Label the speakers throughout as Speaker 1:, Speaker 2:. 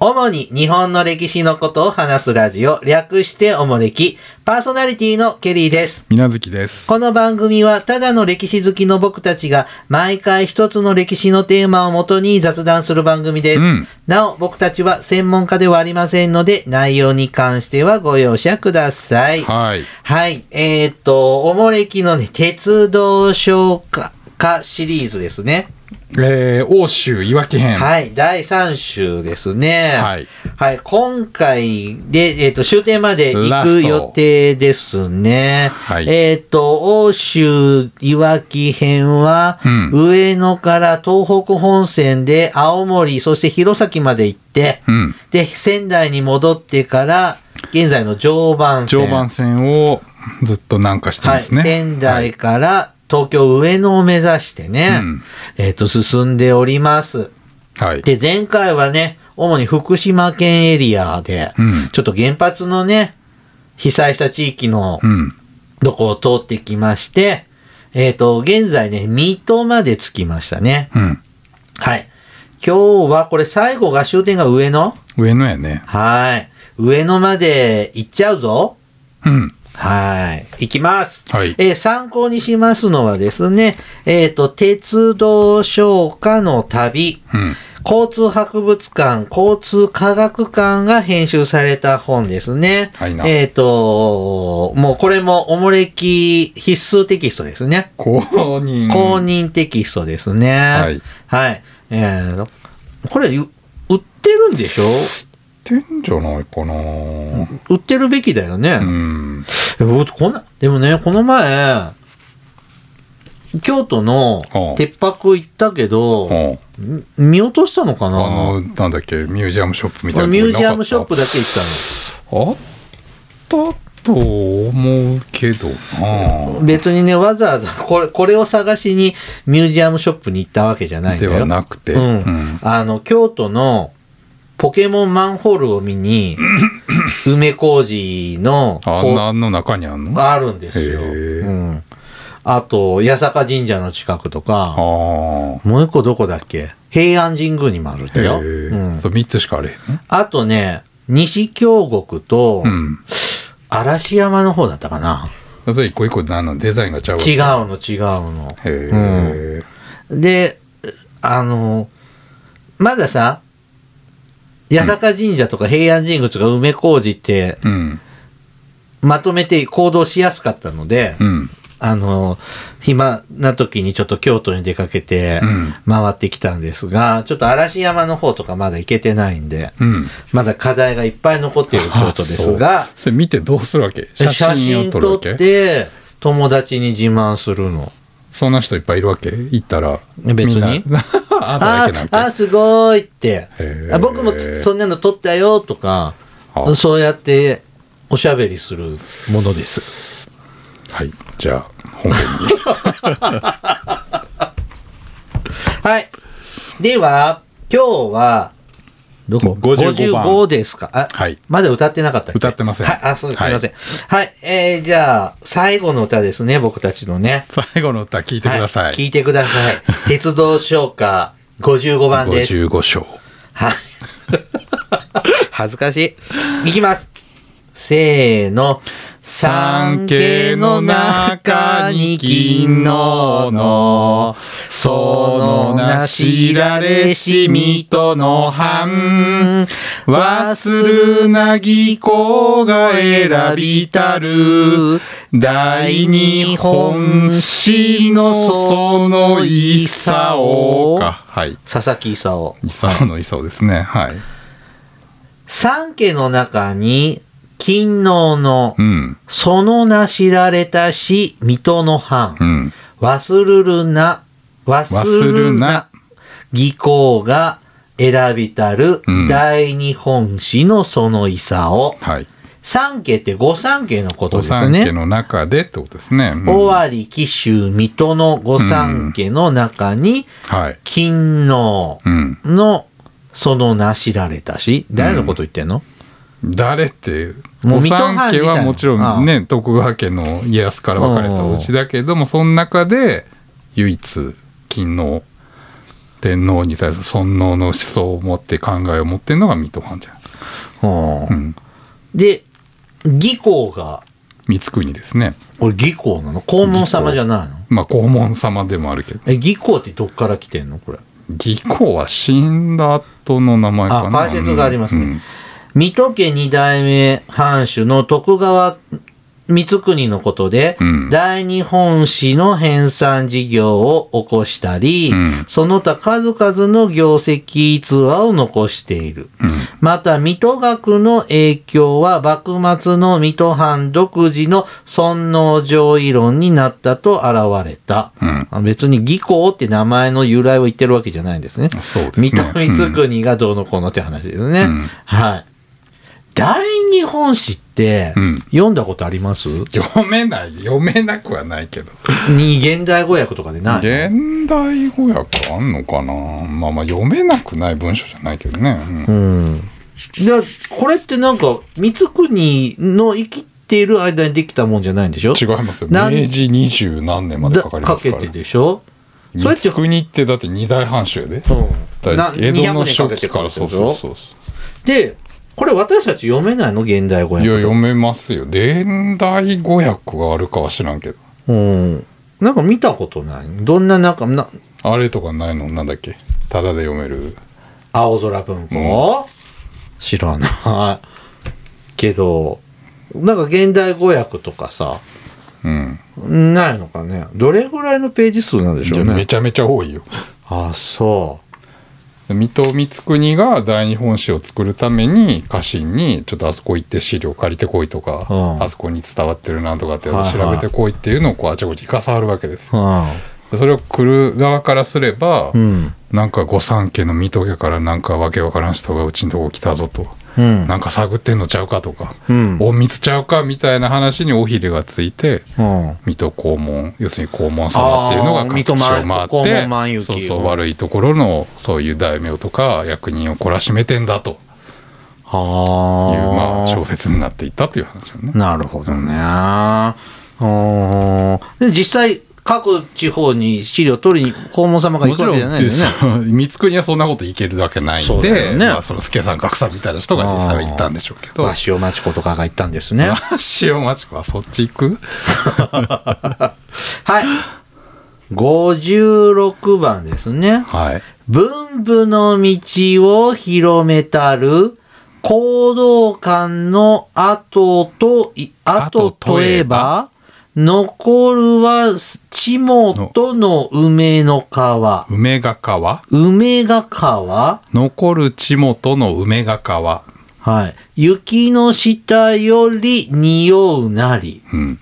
Speaker 1: 主に日本の歴史のことを話すラジオ、略しておもれき、パーソナリティのケリーです。
Speaker 2: みなずきです。
Speaker 1: この番組はただの歴史好きの僕たちが毎回一つの歴史のテーマをもとに雑談する番組です、
Speaker 2: うん
Speaker 1: なお僕たちは専門家ではありませんので内容に関してはご容赦ください。
Speaker 2: はい。
Speaker 1: はい。えっ、と、おもれきのね、鉄道消化化シリーズですね。
Speaker 2: えー、欧州いわき編。
Speaker 1: はい。第3週ですね。
Speaker 2: はい。
Speaker 1: はい。今回で、えっ、と、終点まで行
Speaker 2: ラス
Speaker 1: く
Speaker 2: ト
Speaker 1: 予定ですね。
Speaker 2: はい
Speaker 1: えっ、と、欧州いわき編は、
Speaker 2: うん
Speaker 1: 上野から東北本線で青森、そして弘前まで行って、
Speaker 2: うん。
Speaker 1: で、仙台に戻ってから、現在の常磐線。
Speaker 2: 常磐線をずっと南下して
Speaker 1: は
Speaker 2: ま
Speaker 1: い、
Speaker 2: すね。
Speaker 1: 仙台から東京上野を目指してね、
Speaker 2: うん
Speaker 1: えっ、と、進んでおります。
Speaker 2: はい。
Speaker 1: で、前回はね、主に福島県エリアで、
Speaker 2: うん
Speaker 1: ちょっと原発のね、被災した地域の
Speaker 2: うん。
Speaker 1: どこを通ってきまして、えっ、と、現在ね、水戸まで着きましたね。
Speaker 2: うん。
Speaker 1: はい。今日はこれ最後が終点が上野
Speaker 2: 上野やね。
Speaker 1: はい。上野まで行っちゃうぞ。
Speaker 2: うん。
Speaker 1: はい。いきます。
Speaker 2: はい
Speaker 1: えー参考にしますのはですね、えっ、と、鉄道消化の旅、
Speaker 2: うん。
Speaker 1: 交通博物館、交通科学館が編集された本ですね。
Speaker 2: はいな
Speaker 1: えっ、と、もうこれもおもれき必須テキストですね。
Speaker 2: 公認。。
Speaker 1: 公。認テキストですね。はいはい。えーこれ、う売ってるんでしょ
Speaker 2: ってんじゃないかなう
Speaker 1: 売ってるべきだよね。
Speaker 2: ん。
Speaker 1: え僕こんなでもねこの前京都の
Speaker 2: うん
Speaker 1: 鉄泊行ったけ
Speaker 2: あ
Speaker 1: ど、
Speaker 2: あ
Speaker 1: ん見落としたのかな
Speaker 2: の、なんだっけ、ミュージアムショップみたい
Speaker 1: 俺
Speaker 2: な
Speaker 1: ミュ
Speaker 2: とこ
Speaker 1: ージ
Speaker 2: になかった。
Speaker 1: アムショップだけ行っ
Speaker 2: あったと思うけど
Speaker 1: た
Speaker 2: な
Speaker 1: の別にねわざわざ これこれを探しにミュージアムショップに行ったわけじゃないんだ
Speaker 2: で
Speaker 1: よ
Speaker 2: はなくて。
Speaker 1: うんあの京都のポケモンマンホールを見 に梅小路の
Speaker 2: あ
Speaker 1: こうん
Speaker 2: なあんの中にあんの
Speaker 1: あるんですよ、
Speaker 2: へー
Speaker 1: うん、あと八坂神社の近くとか
Speaker 2: あ
Speaker 1: もう一個どこだっけ平安神宮にもあるん
Speaker 2: あ。
Speaker 1: だ
Speaker 2: へ
Speaker 1: よ。
Speaker 2: え
Speaker 1: うん
Speaker 2: そう、3つしかあれへんね
Speaker 1: あとね、西京極と
Speaker 2: うん。
Speaker 1: 嵐山の方だったかな。
Speaker 2: それ一個一個なのデザインがちゃうわけ
Speaker 1: 違うの違うの。
Speaker 2: へえ。
Speaker 1: で、あの、まださ、八坂神社とか平安神宮とか梅小路って
Speaker 2: うん。
Speaker 1: まとめて行動しやすかったので、
Speaker 2: うん。
Speaker 1: あの、暇な時にちょっと京都に出かけて
Speaker 2: うん
Speaker 1: 回ってきたんですが、ちょっと嵐山の方とかまだ行けてないんで、
Speaker 2: うん。
Speaker 1: まだ課題がいっぱい残っている京都ですが
Speaker 2: あ、そうそれ見てどうするわけ
Speaker 1: 写真
Speaker 2: 写真を撮る
Speaker 1: 撮
Speaker 2: わ
Speaker 1: っ
Speaker 2: け
Speaker 1: て友達に自慢するの。
Speaker 2: そんな人いっぱいいるわけ行ったら。
Speaker 1: 別に
Speaker 2: みんな あんた
Speaker 1: あ
Speaker 2: だけな
Speaker 1: ー
Speaker 2: ん
Speaker 1: あー、
Speaker 2: け
Speaker 1: すごいって
Speaker 2: へ。ー
Speaker 1: あ僕もそんなの撮ったよとか、
Speaker 2: あ
Speaker 1: そうやっておしゃべりするものです。
Speaker 2: はい。じゃあ、本 編に。
Speaker 1: はい。では、今日は、どこ
Speaker 2: 55番
Speaker 1: ?55 ですかあ、
Speaker 2: はい
Speaker 1: まだ歌ってなかったっけ
Speaker 2: 歌ってません
Speaker 1: はい、あ、そうです。す
Speaker 2: はい
Speaker 1: いません。はい、えー、じゃあ、最後の歌ですね、僕たちのね。
Speaker 2: 最後の歌聞いてくださ。
Speaker 1: はいい、聞いてください。 鉄道唱歌55番です。
Speaker 2: 55章。
Speaker 1: はい。恥ずかしい。いきます。せーの。
Speaker 2: 産経の中に金のの、そのなしられしみとの半、忘るなぎこが選びたる、大日本史のそのいさおか。はい。
Speaker 1: 佐々木勲。
Speaker 2: いさおのいさおですね。はい。
Speaker 1: 三家の中に金のの
Speaker 2: う、ん。
Speaker 1: そのなしられたし、水戸の藩
Speaker 2: う。ん。
Speaker 1: 忘るるな、忘る
Speaker 2: 忘る
Speaker 1: な
Speaker 2: な、
Speaker 1: 技巧が選びたる
Speaker 2: うん
Speaker 1: 大日本史のそのいさを。
Speaker 2: はい。
Speaker 1: 三家って五三家のこと
Speaker 2: お
Speaker 1: です
Speaker 2: 産家
Speaker 1: ね。
Speaker 2: の中でってことですね。うん
Speaker 1: 尾張、紀州、水戸の五三家の中に、
Speaker 2: はい。
Speaker 1: 勤王
Speaker 2: うん。
Speaker 1: のそのなしられたし、誰のこと言ってんの、
Speaker 2: 誰って
Speaker 1: もう
Speaker 2: 御
Speaker 1: 水戸藩
Speaker 2: 三
Speaker 1: 自
Speaker 2: 家
Speaker 1: 体
Speaker 2: はもちろんね徳川家の家康から分かれたお家だけどもその中で唯一勤王天皇に対する尊皇の思想を持って考えを持ってるのが水戸藩じゃないですか。
Speaker 1: は
Speaker 2: う
Speaker 1: あ
Speaker 2: ん、
Speaker 1: で、義皇が、
Speaker 2: 光圀ですね。
Speaker 1: これ義皇なの黄門様じゃないの
Speaker 2: まあ黄門様でもあるけど。
Speaker 1: え、義皇ってどっから来てんのこれ。
Speaker 2: 義皇は死んだ後の名前かな。
Speaker 1: あ解説がありますね
Speaker 2: うん
Speaker 1: 水戸家二代目藩主の徳川光圀のことで、
Speaker 2: うん
Speaker 1: 大日本史の編纂事業を起こしたり、
Speaker 2: うん
Speaker 1: その他数々の業績逸話を残している。
Speaker 2: うん
Speaker 1: また、水戸学の影響は幕末の水戸藩独自の尊皇攘夷論になったと現れた。
Speaker 2: うん
Speaker 1: あ別に義皇って名前の由来を言ってるわけじゃないんですね。
Speaker 2: そうですね。
Speaker 1: 水戸光圀がどうのこうのって話ですね。
Speaker 2: うん
Speaker 1: はい。大日本史って、
Speaker 2: うん
Speaker 1: 読んだことあります
Speaker 2: うん読めない、読めなくはないけど。
Speaker 1: に現代語訳とかでない。
Speaker 2: 現代語訳あんのかなまあまあ読めなくない文章じゃないけどね。うん
Speaker 1: うん。だこれってなんか、光圀の生きている間にできたもんじゃないんでしょ
Speaker 2: 違いますよ。
Speaker 1: なん
Speaker 2: 明治二十何年まで
Speaker 1: だ
Speaker 2: かかりますから
Speaker 1: け。てでしょそれって、
Speaker 2: 光圀ってだって二大藩主やで。
Speaker 1: うん。
Speaker 2: 大好
Speaker 1: な
Speaker 2: き江戸
Speaker 1: 200
Speaker 2: の
Speaker 1: 年かけ
Speaker 2: 初
Speaker 1: て
Speaker 2: 期からそう
Speaker 1: ってこと
Speaker 2: そう
Speaker 1: でしょ
Speaker 2: そうそ
Speaker 1: で、これ私たち読めないの現代語
Speaker 2: うい
Speaker 1: 訳。
Speaker 2: や読めますよ現代語訳があるかは知らんけど
Speaker 1: うん。なんか見たことない。どんな、なんか、な
Speaker 2: あれとかないのなんだっけただで読める
Speaker 1: 青空文庫、知らない。けど、なんか現代語訳とかさ、
Speaker 2: うん
Speaker 1: ないのかね。どれぐらいのページ数なんでしょう
Speaker 2: いやめ
Speaker 1: ね。
Speaker 2: ちゃめちゃ多いよ
Speaker 1: あ、そ
Speaker 2: 水戸光圀が大日本史を作るために家臣にちょっとあそこ行って資料借りてこいとか、
Speaker 1: うん
Speaker 2: あそこに伝わってるなんとかって
Speaker 1: はいはい
Speaker 2: 調べてこいっていうのをこうあちこち行かさはるわけです
Speaker 1: う。
Speaker 2: よ
Speaker 1: う
Speaker 2: でそれを来る側からすれば、
Speaker 1: ん。
Speaker 2: なんか御三家の水戸家からなんかわけわからん人がうちのとこ来たぞと、
Speaker 1: うん。
Speaker 2: なんか探ってんのちゃうかとか、
Speaker 1: うん。
Speaker 2: 隠密ちゃうかみたいな話に尾ひれがついて
Speaker 1: うん。
Speaker 2: 水戸黄門要するに黄門様っていうの
Speaker 1: あ
Speaker 2: が
Speaker 1: ー
Speaker 2: 各地を
Speaker 1: 水戸ま
Speaker 2: 回っ
Speaker 1: 黄
Speaker 2: て
Speaker 1: 門万有
Speaker 2: そう
Speaker 1: 記
Speaker 2: そう悪いところのそういう大名とか役人を懲らしめてんだという
Speaker 1: は
Speaker 2: まあ小説になっていったという話だね。
Speaker 1: なるほどね。うん。で、実際、各地方に資料取りに、黄門様が行
Speaker 2: も
Speaker 1: く
Speaker 2: ち
Speaker 1: わ
Speaker 2: ろ
Speaker 1: けじゃない
Speaker 2: ん
Speaker 1: よね。
Speaker 2: そう光圀はそんなこといけるわけない
Speaker 1: そ
Speaker 2: ん
Speaker 1: うだ
Speaker 2: で、
Speaker 1: よね
Speaker 2: まあ、その助さん格さんみたいな人が実際は行ったんでしょうけど
Speaker 1: 和塩町子とかが行ったんですね。
Speaker 2: 塩町子はそっち行く
Speaker 1: はい。56番ですね。
Speaker 2: はい
Speaker 1: 文武の道を広めたる、行動官の後とい、後とえば、残るは地元の梅の川。
Speaker 2: 梅ヶ川
Speaker 1: 梅が川
Speaker 2: 残る地元の梅ヶ川
Speaker 1: はい。雪の下より匂うなり。
Speaker 2: うん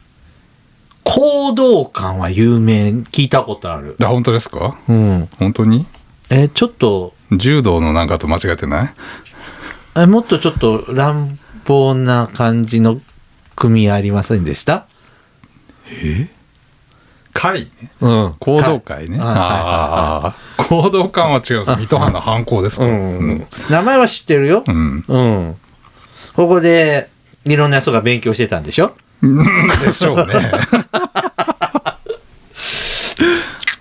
Speaker 1: 行動官は有名、聞いたことある。
Speaker 2: だ本当ですか
Speaker 1: うん。
Speaker 2: 本当に
Speaker 1: え、ちょっと、
Speaker 2: 柔道のなんかと間違えてない
Speaker 1: えもっとちょっと乱暴な感じの組ありませんでした
Speaker 2: え会ね
Speaker 1: うん
Speaker 2: 行動会ね
Speaker 1: はい
Speaker 2: ああ行動館は違うんです水戸藩の犯行ですか
Speaker 1: う
Speaker 2: ら
Speaker 1: んうん。名前は知ってるよ。
Speaker 2: うん
Speaker 1: うん。ここで、いろんな人が勉強してたんでしょ
Speaker 2: うんでしょうね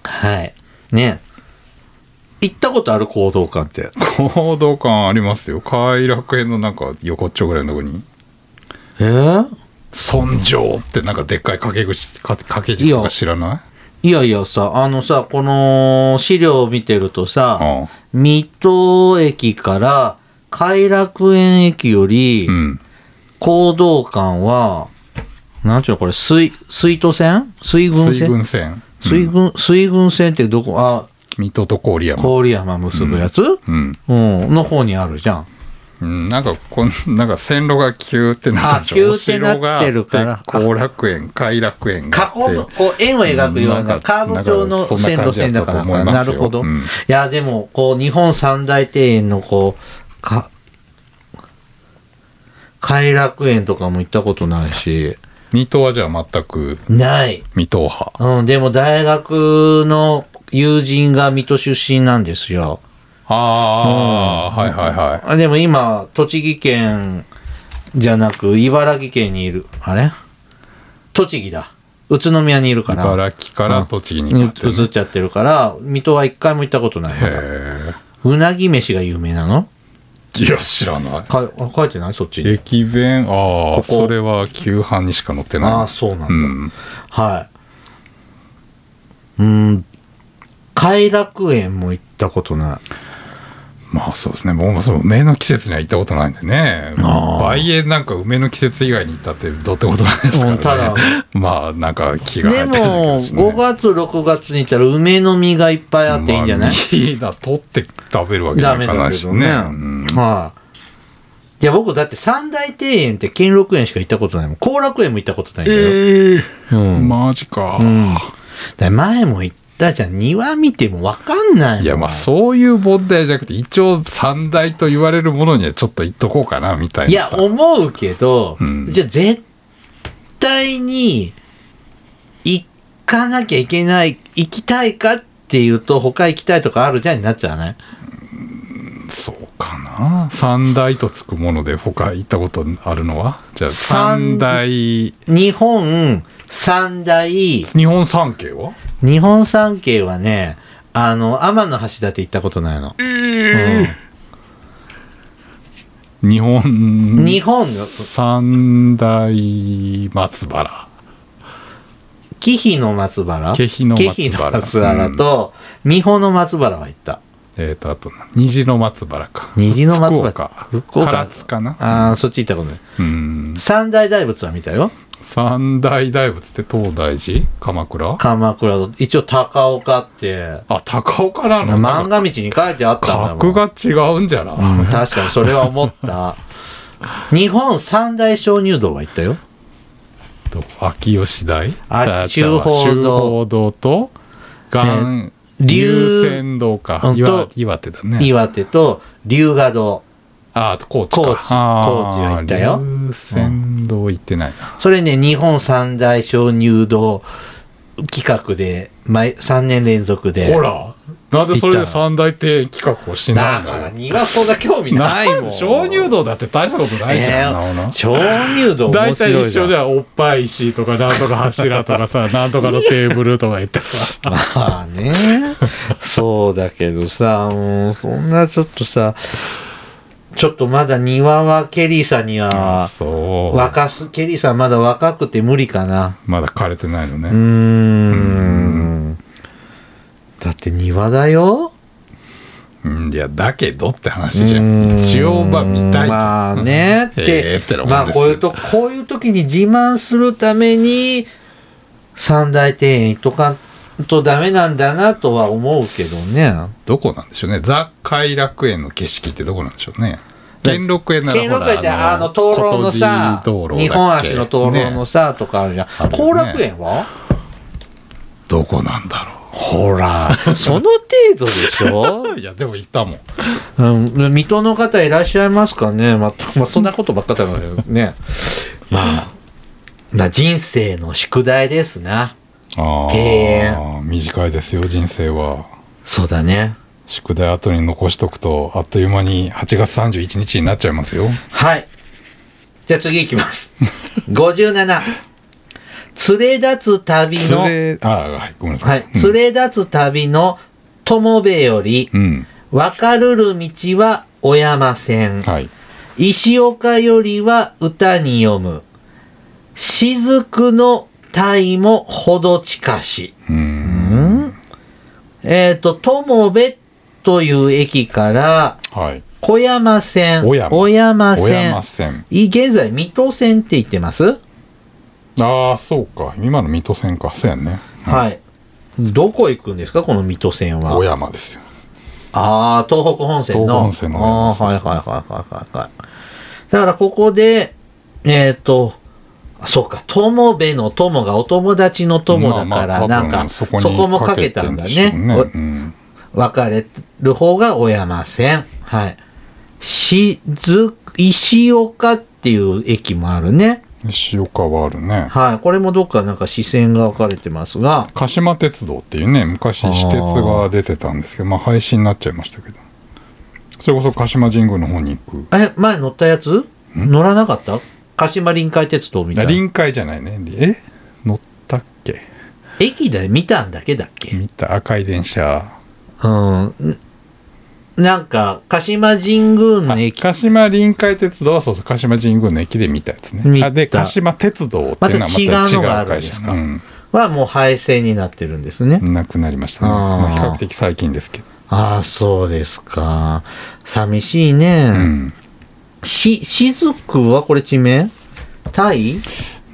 Speaker 1: はい。ね行ったことある行動館って。
Speaker 2: 行動館ありますよ偕楽園のなんか横っちょぐらいのとこに
Speaker 1: えー
Speaker 2: 「尊城」ってなんかでっかい掛け口か掛け軸とか知らない
Speaker 1: いやいやさ、あのさ、この資料を見てるとさ、
Speaker 2: ああ
Speaker 1: 水戸駅から偕楽園駅より、
Speaker 2: うん
Speaker 1: 行動館は、なんちゅうのこれ、水、水都線水軍
Speaker 2: 水
Speaker 1: 線
Speaker 2: 軍船
Speaker 1: 水軍、水軍線ってどこあ、
Speaker 2: 水戸と郡山
Speaker 1: 郡山結ぶやつ、
Speaker 2: うん
Speaker 1: うん、の方にあるじゃん。
Speaker 2: うん、なんかこんなんか線路が急ってなってる
Speaker 1: あ急ってなってるから
Speaker 2: 後楽園偕楽園があって
Speaker 1: 囲む、こう、円を描くよう
Speaker 2: うんな
Speaker 1: な、
Speaker 2: んか
Speaker 1: カーブ状の
Speaker 2: なんかそん
Speaker 1: 線
Speaker 2: な
Speaker 1: 路
Speaker 2: 感じだ
Speaker 1: 線
Speaker 2: った
Speaker 1: だから
Speaker 2: と思い
Speaker 1: か。
Speaker 2: ま
Speaker 1: な
Speaker 2: すよ
Speaker 1: るほど。
Speaker 2: うん
Speaker 1: いや、でも、こう、日本三大庭園の、こう、か、偕楽園とかも行ったことないし、
Speaker 2: 水戸はじゃあ全く
Speaker 1: ない。
Speaker 2: 水戸派
Speaker 1: うん、でも大学の友人が水戸出身なんですよ。
Speaker 2: ああー、はいはいはい
Speaker 1: あでも今、栃木県じゃなく、茨城県にいる。あれ栃木だ。宇都宮にいるから
Speaker 2: 茨城から栃木に
Speaker 1: う
Speaker 2: 変わってる
Speaker 1: 移っちゃってるから水戸は一回も行ったことないの
Speaker 2: へ
Speaker 1: うなぎ飯が有名なの
Speaker 2: えいや知らない
Speaker 1: かあ書いてないそっちに
Speaker 2: 駅弁あ
Speaker 1: ここ
Speaker 2: あそれは旧版にしか載ってない
Speaker 1: ああそうなんだ、
Speaker 2: うん
Speaker 1: はいうーん偕楽園も行ったことない
Speaker 2: まあそうですね僕もその梅の季節には行ったことないんでね
Speaker 1: あー
Speaker 2: 梅園なんか梅の季節以外に行ったってどうってことないですからね
Speaker 1: うんただ
Speaker 2: まあなんか気が
Speaker 1: で
Speaker 2: 入ってるだけ
Speaker 1: も、
Speaker 2: だしね
Speaker 1: 5月、6月に行ったら梅の実がいっぱいあっていいんじゃない、
Speaker 2: まあ、いいな取って食べるわけに
Speaker 1: ダ
Speaker 2: はい
Speaker 1: メ
Speaker 2: か
Speaker 1: だ
Speaker 2: ない
Speaker 1: け
Speaker 2: し
Speaker 1: ど
Speaker 2: ね
Speaker 1: ね。
Speaker 2: うん
Speaker 1: はい、いや、僕だって三大庭園って兼六園しか行ったことないもん。後楽園も行ったことないんだよ。
Speaker 2: ええ
Speaker 1: うん。
Speaker 2: マジか、
Speaker 1: うん。だから前も言ったじゃん。庭見てもわかんないもん。
Speaker 2: いやまあそういう問題じゃなくて一応三大と言われるものにはちょっと言っとこうかなみたい
Speaker 1: い
Speaker 2: な
Speaker 1: や、
Speaker 2: さ
Speaker 1: 思うけど、
Speaker 2: うん
Speaker 1: じゃあ絶対に行かなきゃいけない、行きたいかっていうと、他行きたいとかあるじゃんになっちゃうね。
Speaker 2: そうかな三大とつくもので他行ったことあるのはじゃあ
Speaker 1: 三
Speaker 2: 三大日
Speaker 1: 日本三大、日
Speaker 2: 本三景は
Speaker 1: 本三景はね、あの、天の橋立行ったことないの。
Speaker 2: 日本
Speaker 1: 日本の
Speaker 2: 三大松原
Speaker 1: 紀伊の松原
Speaker 2: 紀伊の松原
Speaker 1: 紀伊の松原と、三保の松原は行った。
Speaker 2: えっ、とあと虹の松原か
Speaker 1: 虹の松
Speaker 2: 福
Speaker 1: 原。
Speaker 2: 岡
Speaker 1: 福岡
Speaker 2: 唐津かな
Speaker 1: ああ、そっち行ったことない。
Speaker 2: うん
Speaker 1: 三大大仏は見たよ。
Speaker 2: 三大大仏って東大寺鎌倉
Speaker 1: 鎌倉と、一応高岡って、
Speaker 2: あ高岡なの
Speaker 1: 漫画道に書いてあったんだも
Speaker 2: 格
Speaker 1: ん。
Speaker 2: が違うんじゃな、
Speaker 1: うん、確かにそれは思 った。日本三大鍾乳洞は行ったよ。
Speaker 2: と秋吉台
Speaker 1: あ
Speaker 2: あ違うわ
Speaker 1: 中宝堂
Speaker 2: 中宝堂と岩
Speaker 1: 龍
Speaker 2: 龍泉堂
Speaker 1: う
Speaker 2: か
Speaker 1: ん
Speaker 2: 岩
Speaker 1: と
Speaker 2: 岩手だね
Speaker 1: 岩手と龍河洞。
Speaker 2: ああと高知か
Speaker 1: 高知
Speaker 2: ああ
Speaker 1: 高知は行ったよ
Speaker 2: 龍泉堂行ってないな、
Speaker 1: それね、日本三大鍾乳洞企画で、毎3年連続で。
Speaker 2: ほらなんでそれで三大帝企画をしな
Speaker 1: だ
Speaker 2: いんだ
Speaker 1: から、
Speaker 2: ろう
Speaker 1: 庭子が興味ないもん。
Speaker 2: 鍾乳洞だって大したことないじ
Speaker 1: え
Speaker 2: ゃん、
Speaker 1: ー
Speaker 2: なおな
Speaker 1: 鍾乳洞面
Speaker 2: 大
Speaker 1: 白
Speaker 2: 体
Speaker 1: い
Speaker 2: 一緒じ
Speaker 1: じゃん。
Speaker 2: ゃんおっぱい石とかなんとか柱とかさなんとかのテーブルとか言って さ
Speaker 1: まあね。そうだけどさ、もう、そんなちょっとさ、ちょっとまだ庭はケリーさんには、
Speaker 2: そう
Speaker 1: 若す、ケリーさんまだ若くて無理かな。
Speaker 2: まだ枯れてないのね、
Speaker 1: うーん。だって庭だよ
Speaker 2: うん、いやだけどって話じゃ
Speaker 1: うんーん
Speaker 2: 一応まあ見たいじゃん、
Speaker 1: まあねっ
Speaker 2: ええ
Speaker 1: て
Speaker 2: ってなもんですよ
Speaker 1: まあこういうとこういう時に自慢するために三大庭園行っとかんとダメなんだなとは思うけどね
Speaker 2: どこなんでしょうねザ偕楽園の景色ってどこなんでしょうね
Speaker 1: だ
Speaker 2: 兼六園なら
Speaker 1: 兼
Speaker 2: ほら
Speaker 1: 六園ってあの灯籠のさ
Speaker 2: 琴路道路だっけ
Speaker 1: 日本足の灯籠の
Speaker 2: ね
Speaker 1: さとかあるじゃん
Speaker 2: あるよね
Speaker 1: 後楽園は
Speaker 2: どこなんだ
Speaker 1: ほら その程度でしょ
Speaker 2: ろういやでも行ったもん
Speaker 1: うん、水戸の方いらっしゃいますかね、またまあ、そん なことばっかだよね。まあ、まあ、人生の宿題ですな。
Speaker 2: あ
Speaker 1: 庭園
Speaker 2: あ短いですよ人生は
Speaker 1: そうだね。
Speaker 2: 宿題後に残しとくとあっという間に8月31日になっちゃいますよ
Speaker 1: はい。じゃあ次行きます。57。連れ立つ旅の、
Speaker 2: それあはいごめんなさ、
Speaker 1: はいい、連れ立つ旅の友部より、
Speaker 2: うん、
Speaker 1: 分かるる道はお山
Speaker 2: うん、
Speaker 1: 線。
Speaker 2: はい
Speaker 1: 石岡よりは歌に読む。雫の体もほど近し。
Speaker 2: うん
Speaker 1: えっ、と、友部という駅から、
Speaker 2: はい
Speaker 1: 小山線、
Speaker 2: 小山
Speaker 1: 山
Speaker 2: 小
Speaker 1: 線
Speaker 2: 山、線
Speaker 1: い現在、水戸線って言ってます、
Speaker 2: ああそうか今の水戸線かそうやんね
Speaker 1: はい。どこ行くんですかこの水戸線は。
Speaker 2: 小山ですよ
Speaker 1: ああ、東北本線の。
Speaker 2: 東北本線の
Speaker 1: あーはいはいはいはいはいはい。だからここで、えっ、と、あそうか、友部の友がお友達の友だ
Speaker 2: ま
Speaker 1: か
Speaker 2: あま
Speaker 1: ら、
Speaker 2: あ多分
Speaker 1: なんか、そ
Speaker 2: そ
Speaker 1: こ
Speaker 2: こ
Speaker 1: も
Speaker 2: も
Speaker 1: か
Speaker 2: か
Speaker 1: け
Speaker 2: け
Speaker 1: た
Speaker 2: た
Speaker 1: ん
Speaker 2: ん
Speaker 1: だ
Speaker 2: だ
Speaker 1: ね
Speaker 2: ね。
Speaker 1: お
Speaker 2: うん
Speaker 1: 分かれる方が小山線。はい。しず、石岡っていう駅もあるね。
Speaker 2: 石岡はあるね
Speaker 1: はい。これもどっかなんか視線が分かれてますが、
Speaker 2: 鹿島鉄道っていうね昔私鉄が出てたんですけどまあ廃止になっちゃいましたけどそれこそ鹿島神宮の方に行く
Speaker 1: え、前乗ったやつ
Speaker 2: ん
Speaker 1: 乗らなかった鹿島臨海鉄道みた
Speaker 2: あ
Speaker 1: いな。
Speaker 2: 臨海じゃないねえ乗ったっ
Speaker 1: 駅で見たんだけだっけ
Speaker 2: 見た赤い電車
Speaker 1: うん。なんか、鹿島神宮の駅、
Speaker 2: 鹿島臨海鉄道はそうそう鹿島神宮の駅で見たやつ
Speaker 1: 見
Speaker 2: ね
Speaker 1: た
Speaker 2: あで鹿島鉄道っていうのはまた違
Speaker 1: また違うのがある
Speaker 2: う
Speaker 1: ん
Speaker 2: 会
Speaker 1: で
Speaker 2: 社
Speaker 1: すかはもう廃線になってるんですね。
Speaker 2: うん、なくなりましたね
Speaker 1: あー
Speaker 2: まあ、比較的最近ですけど、
Speaker 1: ああ、そうですか。寂しいね。
Speaker 2: うん、
Speaker 1: し、雫はこれ地名タイ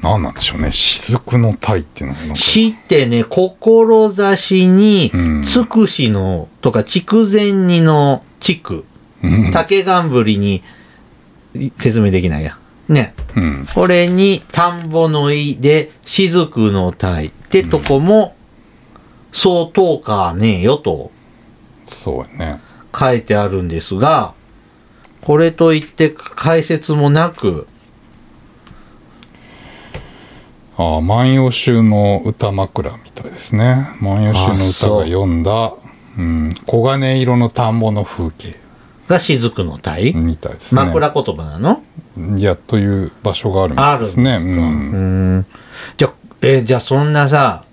Speaker 2: 何なんでしょうね雫の鯛っていうのはなんか
Speaker 1: 死ってね、志に
Speaker 2: うん、
Speaker 1: つくしの、とか、筑前煮の地区、
Speaker 2: うん
Speaker 1: 竹がんぶりに、い説明できないや。ね。
Speaker 2: うん
Speaker 1: これに、田んぼのいで、雫の鯛ってとこも、そうとうかねえよと
Speaker 2: そうやね
Speaker 1: 書いてあるんですが、これといって解説もなく、
Speaker 2: ああ「万葉集」の歌枕みたいですね「万葉集」の歌が読んだうん、黄金色の田んぼの風景
Speaker 1: が雫の鯛、
Speaker 2: みたいですね。
Speaker 1: 枕言葉なの
Speaker 2: いやという場所があるみた
Speaker 1: あ
Speaker 2: いで
Speaker 1: るんです
Speaker 2: す
Speaker 1: か。
Speaker 2: ね。
Speaker 1: うんじゃあ、えーじゃあそんなさ、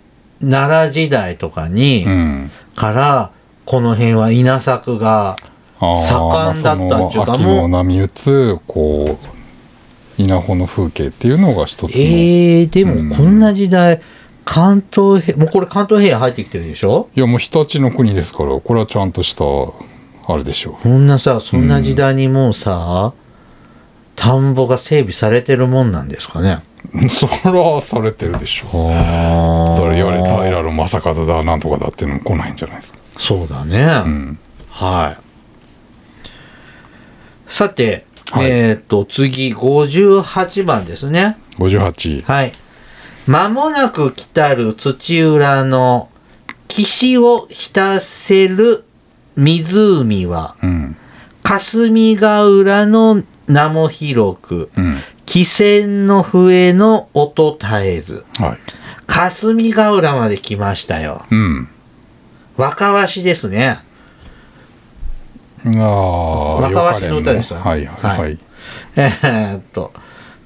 Speaker 1: 奈良時代とかに、
Speaker 2: うんうん
Speaker 1: から、この辺は稲作が、
Speaker 2: あー
Speaker 1: 盛んだったんちゅうか
Speaker 2: まあその秋
Speaker 1: もう
Speaker 2: の波打つこう稲穂の風景っていうのが一つの、
Speaker 1: えー、で
Speaker 2: うん
Speaker 1: もこんな時代、関東平、もうこれ関東平野入ってきてるでしょ
Speaker 2: いやもう日立の国ですからこれはちゃんとしたあれでしょ
Speaker 1: こんなさ、そんな時代にもうさ、田んぼが整備されてるもんなんですかね。
Speaker 2: う そらされてるでしょ
Speaker 1: あ
Speaker 2: だからやれ
Speaker 1: た
Speaker 2: 平の正門だなんとかだっていうのも来ないんじゃないですか、
Speaker 1: そうだね。
Speaker 2: うん、
Speaker 1: はい。さて、
Speaker 2: はい
Speaker 1: えっ、と、次、58番ですね。
Speaker 2: 58
Speaker 1: はい。間もなく来たる土浦の岸を浸せる湖は、
Speaker 2: うん
Speaker 1: 霞ヶ浦の名も広く、
Speaker 2: うん
Speaker 1: 汽船の笛の音絶えず。
Speaker 2: はい
Speaker 1: 霞ヶ浦まで来ましたよ。
Speaker 2: うん
Speaker 1: 若鷲ですね。
Speaker 2: ああ
Speaker 1: 若鷲の歌ですわ
Speaker 2: はいはいは
Speaker 1: はいいえーっと、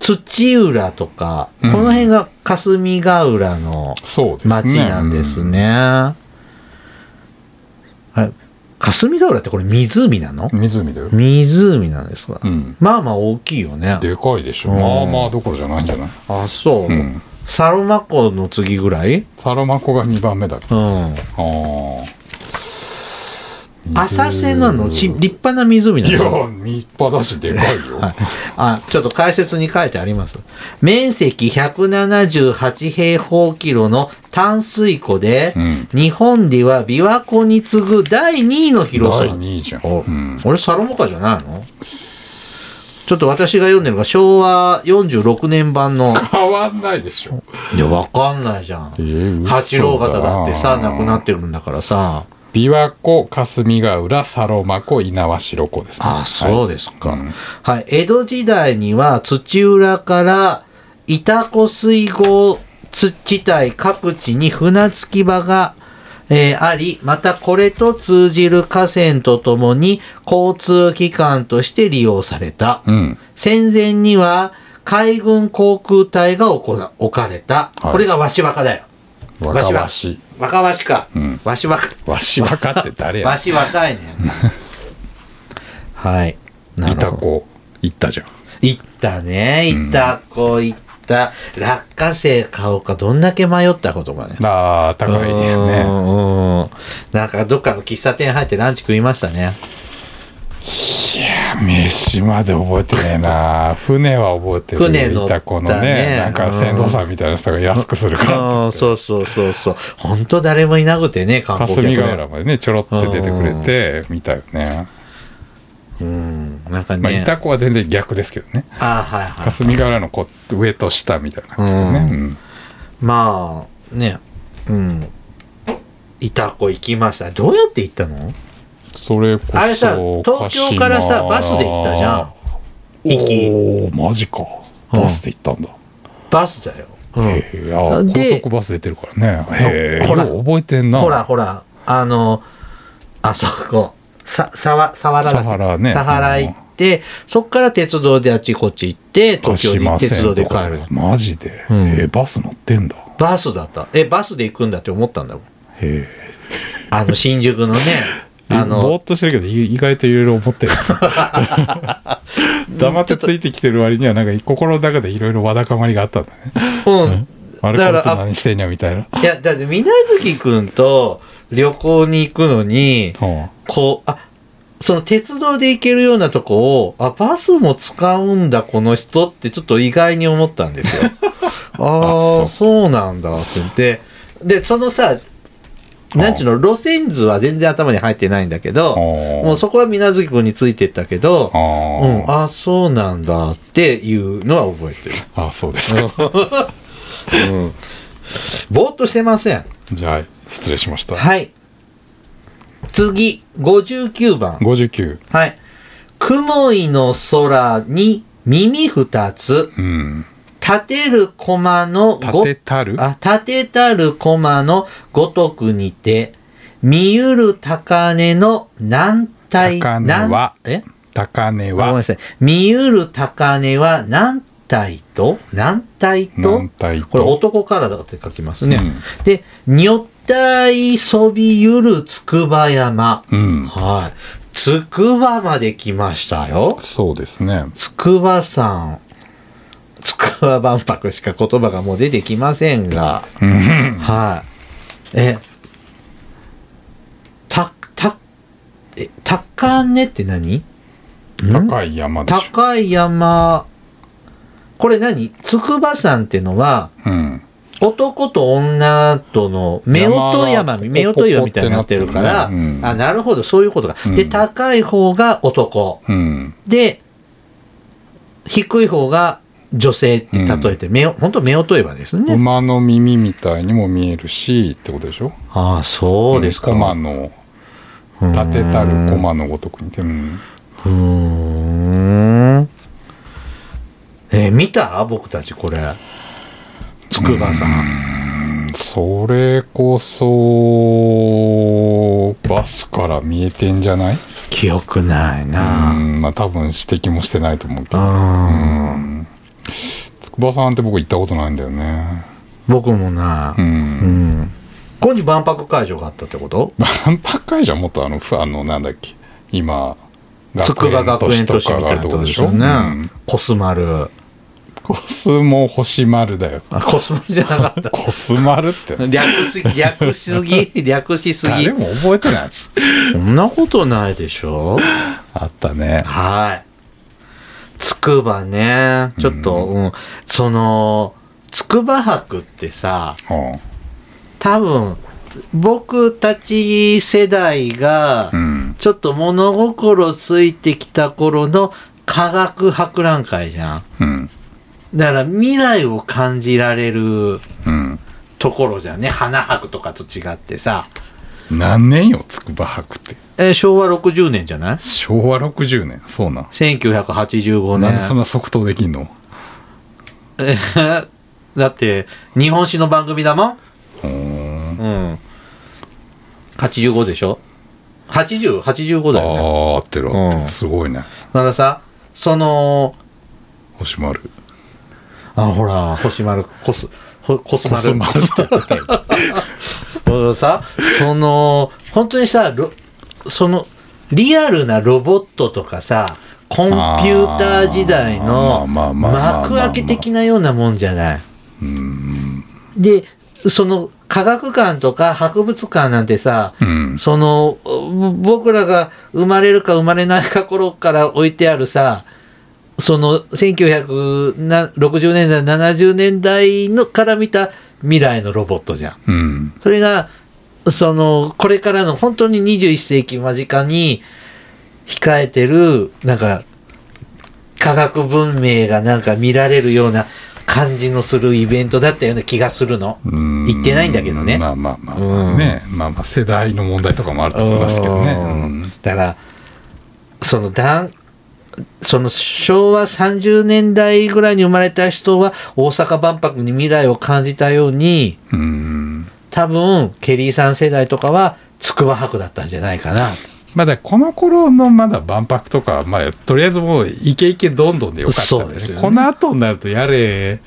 Speaker 1: 土浦とか、この辺が霞ヶ浦の
Speaker 2: そうですね
Speaker 1: 町なんですね。あ霞ヶ浦ってこれ湖なの
Speaker 2: うん湖だよ、
Speaker 1: 湖なんですか、
Speaker 2: うん、
Speaker 1: まあまあ大きいよね。
Speaker 2: でかいでしょ
Speaker 1: うん
Speaker 2: まあまあどころじゃないんじゃない
Speaker 1: あ、そう。
Speaker 2: うん
Speaker 1: サロマ湖の次ぐらい
Speaker 2: サロマ湖が2番目だっけ
Speaker 1: うん。
Speaker 2: ああ
Speaker 1: 浅瀬なのち立派な湖ない
Speaker 2: や
Speaker 1: の
Speaker 2: 立派だしでかいよ、
Speaker 1: はい、あちょっと解説に書いてあります。面積178平方キロの淡水湖で、
Speaker 2: うん
Speaker 1: 日本では琵琶湖に次ぐ第2位の広さ。
Speaker 2: 第2位じゃん、
Speaker 1: お
Speaker 2: うん、
Speaker 1: 俺サロモカじゃないのちょっと私が読んでるのが昭和46年版の
Speaker 2: 変わん ないでしょ
Speaker 1: いやわかんないじゃん八郎方だってさ亡くなってるんだからさ
Speaker 2: 琵琶湖霞ヶ浦サロマ湖猪苗代湖ですね
Speaker 1: あそうですか
Speaker 2: は
Speaker 1: はいい、
Speaker 2: うん
Speaker 1: 江戸時代には土浦から潮来水郷地帯各地に船着き場が、えーありまたこれと通じる河川とともに交通機関として利用された、
Speaker 2: うん
Speaker 1: 戦前には海軍航空隊が置こ置かれた、
Speaker 2: はい
Speaker 1: これがわしわかだよ
Speaker 2: 若鷲
Speaker 1: わかわしか、
Speaker 2: うん
Speaker 1: わしわか
Speaker 2: わしわかって誰や
Speaker 1: わしわ かいねはいなる
Speaker 2: い
Speaker 1: ほ
Speaker 2: た
Speaker 1: ど
Speaker 2: 子行ったじゃん
Speaker 1: 行ったね行ったこ行った、落花生買おうかどんだけ迷ったことかね
Speaker 2: ああ高いで
Speaker 1: う
Speaker 2: すね
Speaker 1: んうんなんかどっかの喫茶店入ってランチ食いましたね
Speaker 2: 飯まで覚えてね えな船は覚えてる
Speaker 1: 船乗
Speaker 2: い
Speaker 1: ったね
Speaker 2: た子のねなんか船頭さんみたいな人が安くするからって
Speaker 1: うんそうそうそうそう本当誰もいなくてね観光客
Speaker 2: 霞
Speaker 1: ね
Speaker 2: ヶ浦までねちょろって出てくれて見たよね
Speaker 1: うんなんかね、
Speaker 2: まあいた子は全然逆ですけどね
Speaker 1: ああはいはい
Speaker 2: 霞ヶ浦の子上と下みたいな感じですよね
Speaker 1: う
Speaker 2: うん
Speaker 1: まあねうんいた子行きましたどうやって行ったの
Speaker 2: それこそ
Speaker 1: あれさ東京からさバ
Speaker 2: 鹿島
Speaker 1: スで行ったじゃん行き
Speaker 2: おーマジか
Speaker 1: うん
Speaker 2: バスで行ったんだ、
Speaker 1: バスだよ、う
Speaker 2: へ
Speaker 1: ん、
Speaker 2: えあー高
Speaker 1: で
Speaker 2: 速バス出てるからねへえ
Speaker 1: ほら
Speaker 2: よう覚えてんな
Speaker 1: ほらほらあのあそこささわサワラだっけ
Speaker 2: サハラね
Speaker 1: サハラ行って、そっから鉄道であっちこっち行って東京に
Speaker 2: 鹿島
Speaker 1: 鉄道
Speaker 2: 線
Speaker 1: で
Speaker 2: と
Speaker 1: 帰
Speaker 2: か
Speaker 1: る
Speaker 2: マジで、
Speaker 1: うん
Speaker 2: えーバス乗ってんだ
Speaker 1: バスだった。え、バスで行くんだって思ったんだもん。
Speaker 2: へえ
Speaker 1: あ の、新宿のね、あ
Speaker 2: ぼー
Speaker 1: の、
Speaker 2: っとしてるけどい意外といろいろ 思ってる黙ってついてきてる割にはなんか心の中でいろいろわだかまりがあったんだね
Speaker 1: うん。
Speaker 2: あれ
Speaker 1: だか
Speaker 2: こいつ
Speaker 1: ら
Speaker 2: 何してんやみたい な、
Speaker 1: いや、だって、みなずきくんと旅行に行くのに、
Speaker 2: うん
Speaker 1: こう、あ、その鉄道で行けるようなとこを、あ、バスも使うんだ、この人ってちょっと意外に思ったんです よ。あ
Speaker 2: そう
Speaker 1: あ、そうなんだって言って。で、そのさ、なんちゅうの、路線図は全然頭に入ってないんだけど、もうそこはみなずきくんについてったけど、
Speaker 2: あ
Speaker 1: う
Speaker 2: ー
Speaker 1: ん、あ、そうなんだっていうのは覚えてる。
Speaker 2: あそうですか、
Speaker 1: うん。ぼーっとしてません。
Speaker 2: じゃあ失礼しました、
Speaker 1: はい。次、59番。
Speaker 2: 59
Speaker 1: はい。雲井の空に耳二つ、
Speaker 2: うん
Speaker 1: 立てる駒の
Speaker 2: 立てたる
Speaker 1: あ、立てたる駒のごとくにて、見ゆる高根の難体、
Speaker 2: 高根は
Speaker 1: なんえ
Speaker 2: 高根
Speaker 1: ごめん
Speaker 2: は
Speaker 1: なさい。見ゆる高根は難体と、難体と
Speaker 2: 軟、体と
Speaker 1: これ男からだって書きますね。
Speaker 2: うん
Speaker 1: で、女体そびゆるつくば山。
Speaker 2: うん
Speaker 1: はい。つくばまで来ましたよ。
Speaker 2: そうですね
Speaker 1: つくばさん。つくば万博しか言葉がもう出てきませんが。
Speaker 2: うん
Speaker 1: はい。え、た、た、え、高根って何ん
Speaker 2: 高い山でし
Speaker 1: 高い山。これ何つくばさんってのは、
Speaker 2: ょ、うん、
Speaker 1: 男と女との夫婦
Speaker 2: 山
Speaker 1: 山、
Speaker 2: が
Speaker 1: 夫婦岩みたいになってるから、
Speaker 2: ポコポコってなってるねうん
Speaker 1: あ、なるほど、そういうことか。
Speaker 2: うん
Speaker 1: で、高い方が男。
Speaker 2: うん、
Speaker 1: で、低い方が女性って例えて、目を本当夫婦岩ですね。
Speaker 2: 馬の耳みたいにも見えるしってことでしょ
Speaker 1: ああ、そうですか。
Speaker 2: 駒の立てたる駒のごとくにて、うん
Speaker 1: うーん。えー見た僕たちこれ。つくばさん。
Speaker 2: それこそバスから見えてんじゃない
Speaker 1: 記憶ないな。
Speaker 2: うんまあ多分指摘もしてないと思うけ
Speaker 1: う
Speaker 2: ど
Speaker 1: ん。
Speaker 2: 筑波さんって僕行ったことないんだよね
Speaker 1: 僕もなう
Speaker 2: う。
Speaker 1: んん。ここに万博会場があったってこと
Speaker 2: 万博会じゃもっとあのふあのなんだっけ今
Speaker 1: 筑波学園都市みたいなとこでしょね、
Speaker 2: うん
Speaker 1: コスマル。
Speaker 2: コスモ星丸だよ
Speaker 1: あ、コスマルじゃなか った。
Speaker 2: コス丸って
Speaker 1: 略し、略しすぎ、略しすぎ
Speaker 2: 誰。も覚えてないし
Speaker 1: そんなことないでしょ
Speaker 2: あったね
Speaker 1: はい。つくばね、ちょっと、うん、その、つくば博ってさ、多分、僕たち世代が
Speaker 2: う、ん
Speaker 1: ちょっと物心ついてきた頃の科学博覧会じゃん。
Speaker 2: うん
Speaker 1: だから未来を感じられる
Speaker 2: うん
Speaker 1: ところじゃんね。花博とかと違ってさ。
Speaker 2: 何年よ筑波博って
Speaker 1: えー昭和60年じゃない
Speaker 2: 昭和60年そうなん
Speaker 1: ?1985
Speaker 2: なんでそ
Speaker 1: 年。
Speaker 2: んな即答できんの
Speaker 1: え ーだって、日本史の番組だもん。
Speaker 2: うーん
Speaker 1: うん。85でしょ ?80、85
Speaker 2: あ
Speaker 1: だよね。
Speaker 2: あ合ってる合って
Speaker 1: う
Speaker 2: る
Speaker 1: ん
Speaker 2: すごいね
Speaker 1: だからさ、その、
Speaker 2: 星丸
Speaker 1: あ、ほら、星丸、コス、ほコス
Speaker 2: コ
Speaker 1: マ
Speaker 2: ス
Speaker 1: ル。
Speaker 2: 丸って言ってたよ
Speaker 1: もうさ、その、本当にさ、ロその、リアルなロボットとかさ、コンピューター時代の
Speaker 2: あーまあまあまあまあまあ
Speaker 1: 幕開け的なようなもんじゃない。
Speaker 2: うーん
Speaker 1: で、その科学館とか博物館なんてさ、
Speaker 2: うん
Speaker 1: その、ぼ僕らが生まれるか生まれないか頃から置いてあるさ、その1960年代、70年代のから見た未来のロボットじゃん。
Speaker 2: うん
Speaker 1: それが、その、これからの本当に21世紀間近に控えてる、なんか、科学文明がなんか見られるような感じのするイベントだったような気がするの。
Speaker 2: うーん
Speaker 1: 言ってないんだけどね
Speaker 2: まあまあまあまあねまあまあ世代の問題とかもあると思いますけどねうん
Speaker 1: だから、その段、その昭和30年代ぐらいに生まれた人は大阪万博に未来を感じたように、
Speaker 2: うーん
Speaker 1: 多分、ケリーさん世代とかは、筑波博だったんじゃないかな。
Speaker 2: まあだからこの頃のまだ万博とかはまあとりあえずもうイケイケどんどんでよかったん
Speaker 1: そう
Speaker 2: で
Speaker 1: ですすよね
Speaker 2: この後になるとやれ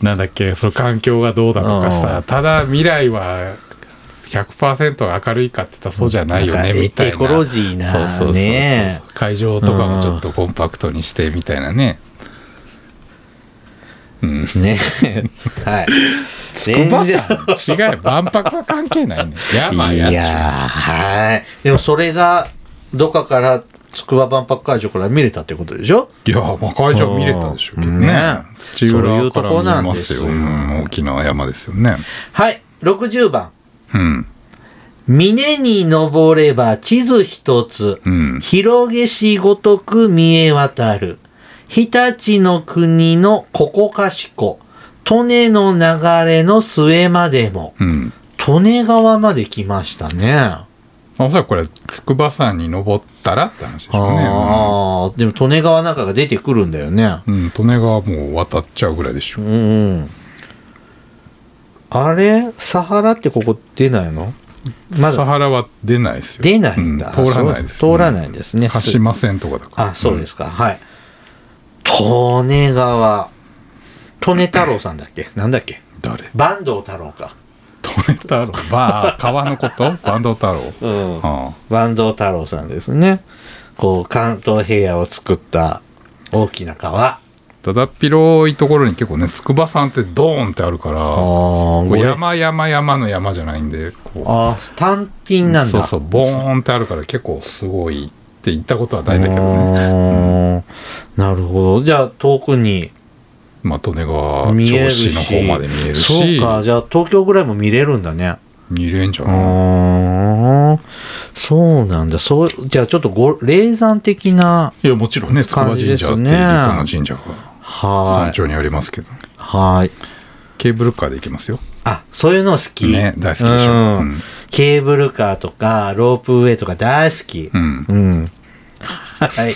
Speaker 2: なんだっけその環境がどうだとかさただ未来は100%明るいかって言ったらそうじゃないよねみたいな
Speaker 1: エコロジーな
Speaker 2: そうそうそうそう
Speaker 1: ね
Speaker 2: 会場とかもちょっとコンパクトにしてみたいなねうん
Speaker 1: ねはい
Speaker 2: お
Speaker 1: 全
Speaker 2: ば
Speaker 1: 然
Speaker 2: さん違うよ万博は関係ないね山
Speaker 1: い
Speaker 2: や
Speaker 1: や
Speaker 2: っちゃ
Speaker 1: ーはいでもそれがどっかから筑波万博会場から見れたってことでしょ
Speaker 2: ういやまあ会場見れたでしょうけどね
Speaker 1: ね
Speaker 2: 土浦から見
Speaker 1: そう
Speaker 2: えますよ
Speaker 1: いうとこなんですよ
Speaker 2: うん大きな山ですよね
Speaker 1: はい60番
Speaker 2: うん
Speaker 1: 峰に登れば地図一つ、
Speaker 2: うん
Speaker 1: 広げしごとく見え渡る。日立の国のここかしこ、利根の流れの末までも、
Speaker 2: うん
Speaker 1: 利根川まで来ましたね。あ
Speaker 2: まあおそらくこれ筑波山に登ったらって話でしょうね
Speaker 1: あー、でも利根川なんかが出てくるんだよね。
Speaker 2: うん、利根川もう渡っちゃうぐらいでしょ
Speaker 1: うんうん。あれサハラってここ出ないのま
Speaker 2: サ
Speaker 1: だ
Speaker 2: ハラは出ないですよ
Speaker 1: 出ないんだ。
Speaker 2: うん通らないです、
Speaker 1: そう通らないんですね。
Speaker 2: 鹿島線とかだから、
Speaker 1: あ、そうですすか。はい。利根川。利根太郎さんだっけなんだっけ
Speaker 2: うん誰利
Speaker 1: 坂東太郎か。
Speaker 2: 根太郎バー 川のこと坂東太郎
Speaker 1: うん。
Speaker 2: あ
Speaker 1: 坂東太郎さんですね。こう、関東平野を作った大きな川。
Speaker 2: あただっ広いところに結構ね筑波山ってドーンってあるから
Speaker 1: あ
Speaker 2: こ
Speaker 1: ー
Speaker 2: う
Speaker 1: ごめん
Speaker 2: 山山山の山じゃないんでこ
Speaker 1: あー、単
Speaker 2: う
Speaker 1: 品なんだ。
Speaker 2: そうそうボーンってあるから結構すごいって言ったことはないんだけどね
Speaker 1: ね。なるほど。じゃあ、遠くに
Speaker 2: まあ利根川
Speaker 1: 見え
Speaker 2: 銚
Speaker 1: る
Speaker 2: 子
Speaker 1: し。
Speaker 2: の方まで見える
Speaker 1: そう
Speaker 2: し
Speaker 1: か。じゃあ、東京ぐらいも見れるんだね。
Speaker 2: 見れんじゃない
Speaker 1: あーそうなんだ。そう、じゃあちょっとご、霊山的な、
Speaker 2: いやもちろんね筑波
Speaker 1: 感じ
Speaker 2: 神
Speaker 1: です
Speaker 2: 社っ
Speaker 1: ね
Speaker 2: ていう立派な神社が山
Speaker 1: はーい。
Speaker 2: 頂にありますけど
Speaker 1: はーい。
Speaker 2: ケーブルカーで行けますよ
Speaker 1: あ、そういうの好き。
Speaker 2: ね大好きでしょ
Speaker 1: うん
Speaker 2: うん
Speaker 1: ケーブルカーとか、ロープウェイとか大好き。
Speaker 2: うん
Speaker 1: うん。 はい。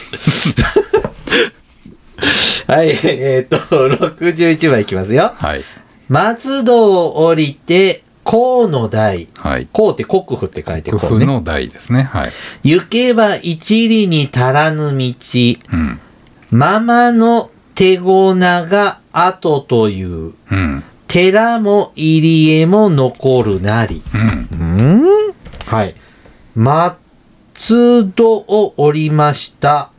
Speaker 1: はい、えーっと、61番いきますよ。
Speaker 2: はい
Speaker 1: 松戸を降りて、甲の台。
Speaker 2: はい
Speaker 1: 甲って国府って書いて
Speaker 2: 工
Speaker 1: こ
Speaker 2: 夫
Speaker 1: うね。
Speaker 2: の台ですねはい
Speaker 1: 行けば一里に足らぬ道。
Speaker 2: うん
Speaker 1: ママの手ごなが後という、
Speaker 2: うん
Speaker 1: 寺も入り江も残るなり。
Speaker 2: うん
Speaker 1: うんはい。松戸を降りました。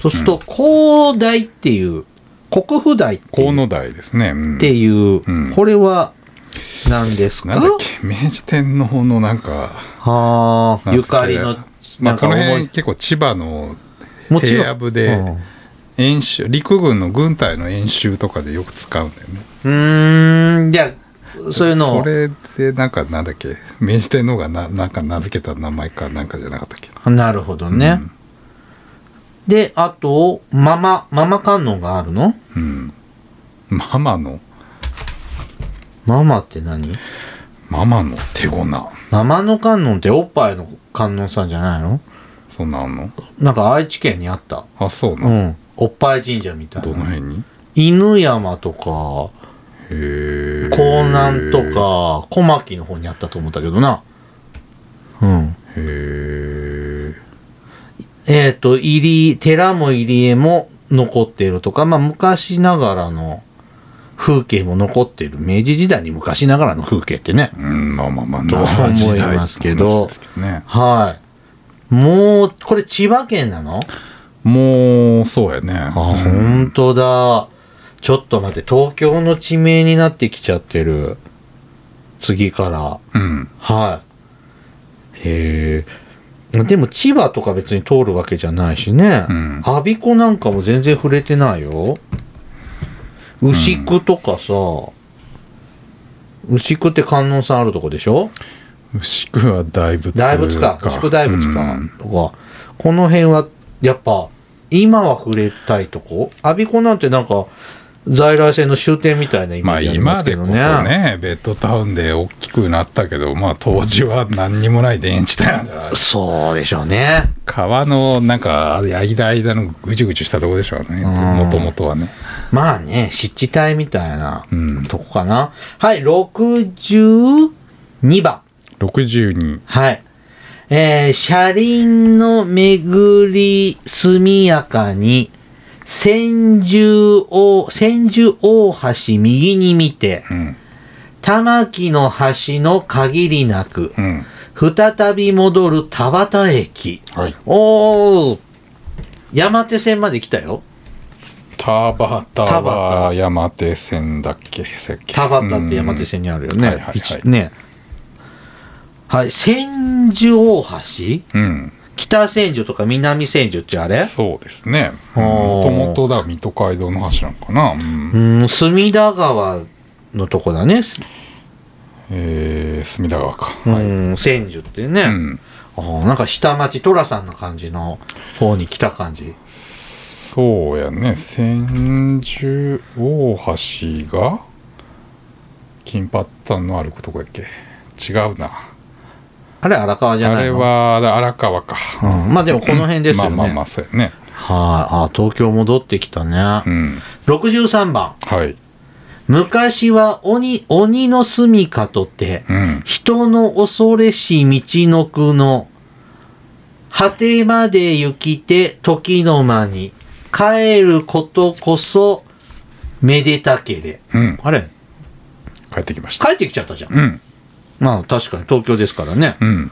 Speaker 1: そうすると、高台っていう、国府台ってい
Speaker 2: 河
Speaker 1: う、
Speaker 2: 野台ですねうん
Speaker 1: っていう
Speaker 2: うん
Speaker 1: これは何ですか
Speaker 2: なんだっけ明治天皇のなんか
Speaker 1: はあ、
Speaker 2: なん
Speaker 1: ゆ
Speaker 2: つった
Speaker 1: から
Speaker 2: い
Speaker 1: り
Speaker 2: い
Speaker 1: の、な
Speaker 2: まあ
Speaker 1: んか
Speaker 2: この
Speaker 1: 思
Speaker 2: 辺
Speaker 1: い、
Speaker 2: 結構千葉の
Speaker 1: もち
Speaker 2: 平野
Speaker 1: ろん。
Speaker 2: 部で演習陸軍の軍隊の演習とかでよく使うんだよね
Speaker 1: うん、うーんじゃあ、そういうのを
Speaker 2: それでなんかなんだっけ明治天皇がななんか名付けた名前かなんかじゃなかったっけ
Speaker 1: なるほどね。で、あと、ママ、ママ観音があるの
Speaker 2: うんうんママの
Speaker 1: ママって何
Speaker 2: ママの手ごな
Speaker 1: ママの観音っておっぱいの観音さんじゃないの
Speaker 2: そんなんあんの
Speaker 1: なんか愛知県にあった。
Speaker 2: あそう
Speaker 1: う
Speaker 2: なの、
Speaker 1: ん。おっぱい神社みたい
Speaker 2: どの
Speaker 1: な。
Speaker 2: 辺に
Speaker 1: 犬山とか、
Speaker 2: へえ
Speaker 1: 江南とか、小牧の方にあったと思ったけどな。うん。
Speaker 2: へえ
Speaker 1: えっ、と、入り、寺も入り江も残っているとか、まあ昔ながらの風景も残っている。明治時代に昔ながらの風景ってね。
Speaker 2: うんまあまあまあ
Speaker 1: と
Speaker 2: 奈良時代
Speaker 1: 思いますけど
Speaker 2: の話ですけどね
Speaker 1: はい。もう、これ千葉県なの
Speaker 2: もうそうやね
Speaker 1: あ、ほんとだ。ちょっと待って、東京の地名になってきちゃってる。次から。
Speaker 2: うん
Speaker 1: はい。へえ。でも千葉とか別に通るわけじゃないしね。
Speaker 2: うん
Speaker 1: 我孫子なんかも全然触れてないよ。牛久とかさ、牛久って観音さんあるとこでしょ
Speaker 2: 牛久は大仏
Speaker 1: 大仏か、牛久大仏
Speaker 2: う
Speaker 1: か
Speaker 2: ん、
Speaker 1: とか、この辺はやっぱ今は触れたいとこ我孫子なんてなんか在来線の終点みたいなイメ
Speaker 2: まあ
Speaker 1: ージありま
Speaker 2: 今
Speaker 1: すけ
Speaker 2: で
Speaker 1: ど
Speaker 2: こ
Speaker 1: ね。
Speaker 2: そねベッドタウンで大きくなったけどまあ当時は何にもない田園地帯なんじゃない
Speaker 1: そうでしょうね。
Speaker 2: 川のなんか間間のぐちゅぐちゅしたとこでしょうね
Speaker 1: ん
Speaker 2: もともとはね
Speaker 1: まあね、湿地帯みたいな
Speaker 2: うん
Speaker 1: とこかな。はい、62番。
Speaker 2: 62
Speaker 1: はい。えー車輪の巡り速やかに、千住大、千住大橋右に見て、
Speaker 2: うん
Speaker 1: 玉木の橋の限りなく、
Speaker 2: うん
Speaker 1: 再び戻る田端駅。
Speaker 2: はい
Speaker 1: おー山手線まで来たよ。
Speaker 2: 田端
Speaker 1: 田
Speaker 2: は
Speaker 1: 端
Speaker 2: 山手線だっけ設計
Speaker 1: 田端って山手線にあるよね。
Speaker 2: うんはいはいはい
Speaker 1: 一ね。はい、千住大橋
Speaker 2: うん、
Speaker 1: 北千住とか南千住ってあ
Speaker 2: う
Speaker 1: れ
Speaker 2: ん、そうですね
Speaker 1: あー
Speaker 2: もともとだ水戸街道の橋なのかな、うん
Speaker 1: うん、隅田川のとこだね。
Speaker 2: えー、隅田川か、はい
Speaker 1: うん、千住ってね。
Speaker 2: うん、
Speaker 1: あーなんか下町、寅さんの感じの方に来た感じ。
Speaker 2: そうやね千住大橋が金髪さんの歩くとこやっけ違うな
Speaker 1: あれ荒川じゃ
Speaker 2: あ
Speaker 1: ない
Speaker 2: れ
Speaker 1: の
Speaker 2: はだ荒川か、
Speaker 1: うん、まあでもこの辺ですよね。
Speaker 2: まあまあまあそうやね
Speaker 1: はい。あ、東京戻ってきた
Speaker 2: う
Speaker 1: ね。
Speaker 2: ん
Speaker 1: 63番。
Speaker 2: はい
Speaker 1: 昔は鬼、鬼の住処とて、
Speaker 2: うん
Speaker 1: 人の恐れし道のくの、果てまで行きて時の間に、帰ることこそ、めでたけれ。
Speaker 2: うん
Speaker 1: あれ
Speaker 2: 帰ってきました
Speaker 1: 帰ってきちゃったじゃん。
Speaker 2: うん
Speaker 1: まあ確かに東京ですからね。
Speaker 2: うん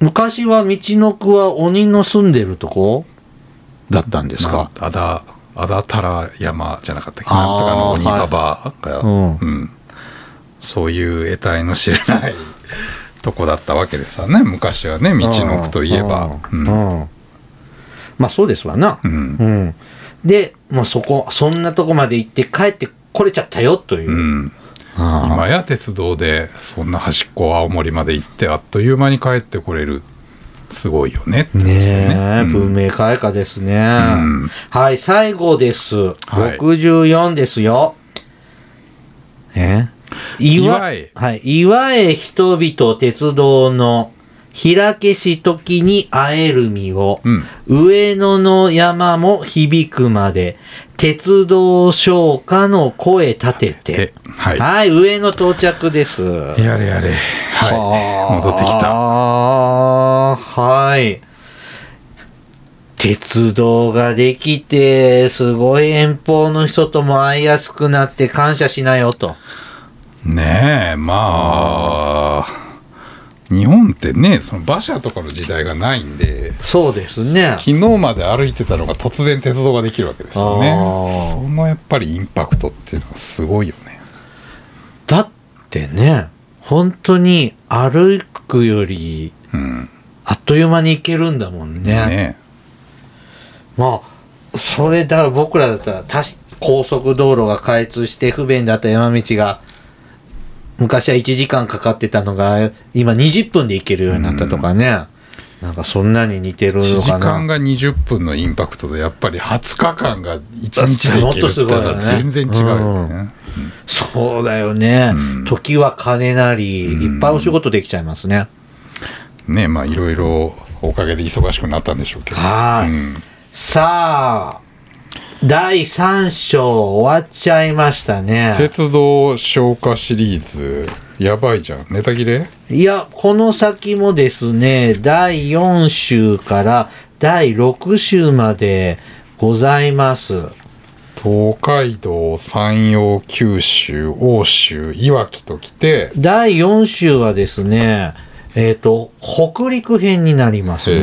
Speaker 1: 昔は道のくは鬼の住んでるとこだったんですか。
Speaker 2: あだあだたら山じゃなかったっけ
Speaker 1: あー
Speaker 2: なんとかの鬼ババアが、
Speaker 1: うん
Speaker 2: うんそういう得体の知れない とこだったわけですよね昔はね道の奥といえば
Speaker 1: う
Speaker 2: うんん
Speaker 1: うんまあそうですわな
Speaker 2: う。ん
Speaker 1: うんで、まあ、そこ、そんなとこまで行って帰ってこれちゃったよという。
Speaker 2: うん
Speaker 1: あ
Speaker 2: 今や鉄道でそんな端っこ青森まで行ってあっという間に帰ってこれるすごいよねって
Speaker 1: あ
Speaker 2: 話
Speaker 1: ね
Speaker 2: だ
Speaker 1: え、
Speaker 2: うん
Speaker 1: 文明開化ですね、
Speaker 2: ん
Speaker 1: はい、最後です。
Speaker 2: はい
Speaker 1: 64ですよ。え
Speaker 2: 岩へ
Speaker 1: はい、岩へ人々鉄道の開けし時に会える身を、
Speaker 2: うん
Speaker 1: 上野の山も響くまで、鉄道唱歌の声立て
Speaker 2: え
Speaker 1: て。
Speaker 2: はい
Speaker 1: はい、上野到着です。は
Speaker 2: やれやれはい戻ってきた
Speaker 1: あーはい。鉄道ができて、すごい遠方の人とも会いやすくなって感謝しなよと。
Speaker 2: ねえまあ日本ってねその馬車とかの時代がないんで
Speaker 1: そうですね。
Speaker 2: 昨日まで歩いてたのが突然鉄道ができるわけですよ
Speaker 1: あ
Speaker 2: ね
Speaker 1: ー
Speaker 2: そのやっぱりインパクトっていうのはすごいよね
Speaker 1: だってね、本当に歩くより、
Speaker 2: うん
Speaker 1: あっという間に行けるんだもんね。
Speaker 2: ね
Speaker 1: まあ、それだから僕らだったらたし高速道路が開通して不便だった山道が昔は1時間かかってたのが今20分で行けるようになったとかね、なんかそんなに似てる
Speaker 2: 1
Speaker 1: の
Speaker 2: 時
Speaker 1: か
Speaker 2: 間
Speaker 1: な。
Speaker 2: が20分のインパクトとやっぱり20日間が1日でいけるっていうのは全然違うよね
Speaker 1: そうだよね、
Speaker 2: うん
Speaker 1: 時は金なり、
Speaker 2: うん
Speaker 1: いっぱいお仕事できちゃいますね。
Speaker 2: ねえまあいろいろおかげで忙しくなったんでしょうけど
Speaker 1: はい
Speaker 2: うん
Speaker 1: さあ、第3章終わっちゃいましたね。
Speaker 2: 鉄道消化シリーズやばいじゃんネタ切れ
Speaker 1: いや、この先もですね、第4週から第6週までございます。
Speaker 2: 東海道山陽九州欧州いわきと来て
Speaker 1: 第4週はですね、えっ、と、北陸編になります
Speaker 2: へ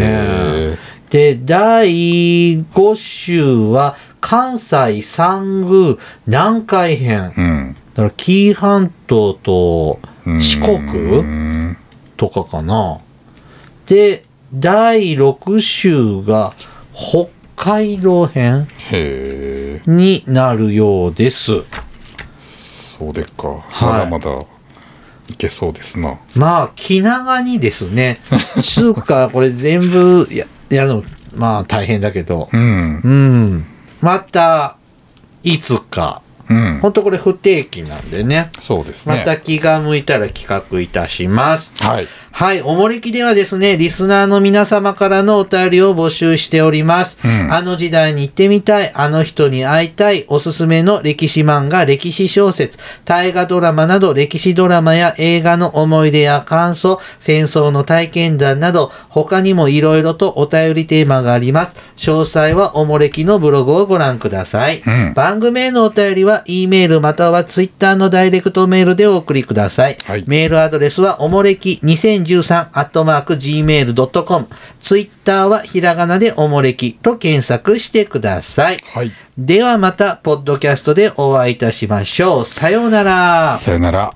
Speaker 1: ね。で、第5週は関西三宮南海編。
Speaker 2: うん
Speaker 1: だから紀伊半島と四
Speaker 2: う
Speaker 1: 国
Speaker 2: ん
Speaker 1: とかかな。で、第6週が北海道編
Speaker 2: へえ
Speaker 1: になるようです。
Speaker 2: そうでっか、
Speaker 1: はい
Speaker 2: まだまだいけそうですな
Speaker 1: まあ、気長にですね。つうか、これ全部ややるの、まあ大変だけど。
Speaker 2: うん
Speaker 1: うん。また、いつか。
Speaker 2: うん
Speaker 1: ほんとこれ不定期なんでね。
Speaker 2: そうです
Speaker 1: ま
Speaker 2: ね
Speaker 1: た気が向いたら企画いたします。
Speaker 2: はい
Speaker 1: はい、おもれきではですね、リスナーの皆様からのお便りを募集しております。
Speaker 2: うん
Speaker 1: あの時代に行ってみたい、あの人に会いたい、おすすめの歴史漫画、歴史小説、大河ドラマなど歴史ドラマや映画の思い出や感想、戦争の体験談など、他にもいろいろとお便りテーマがあります。詳細はおもれきのブログをご覧ください。
Speaker 2: うん
Speaker 1: 番組へのお便りは、E メールまたは Twitter のダイレクトメールでお送りください。
Speaker 2: はい
Speaker 1: メールアドレスは、おもれき2013アットマーク Gmail.com。Twitter はひらがなでおもれきと検索してください。
Speaker 2: はい。
Speaker 1: ではまた、ポッドキャストでお会いいたしましょう。さようなら。
Speaker 2: さよなら。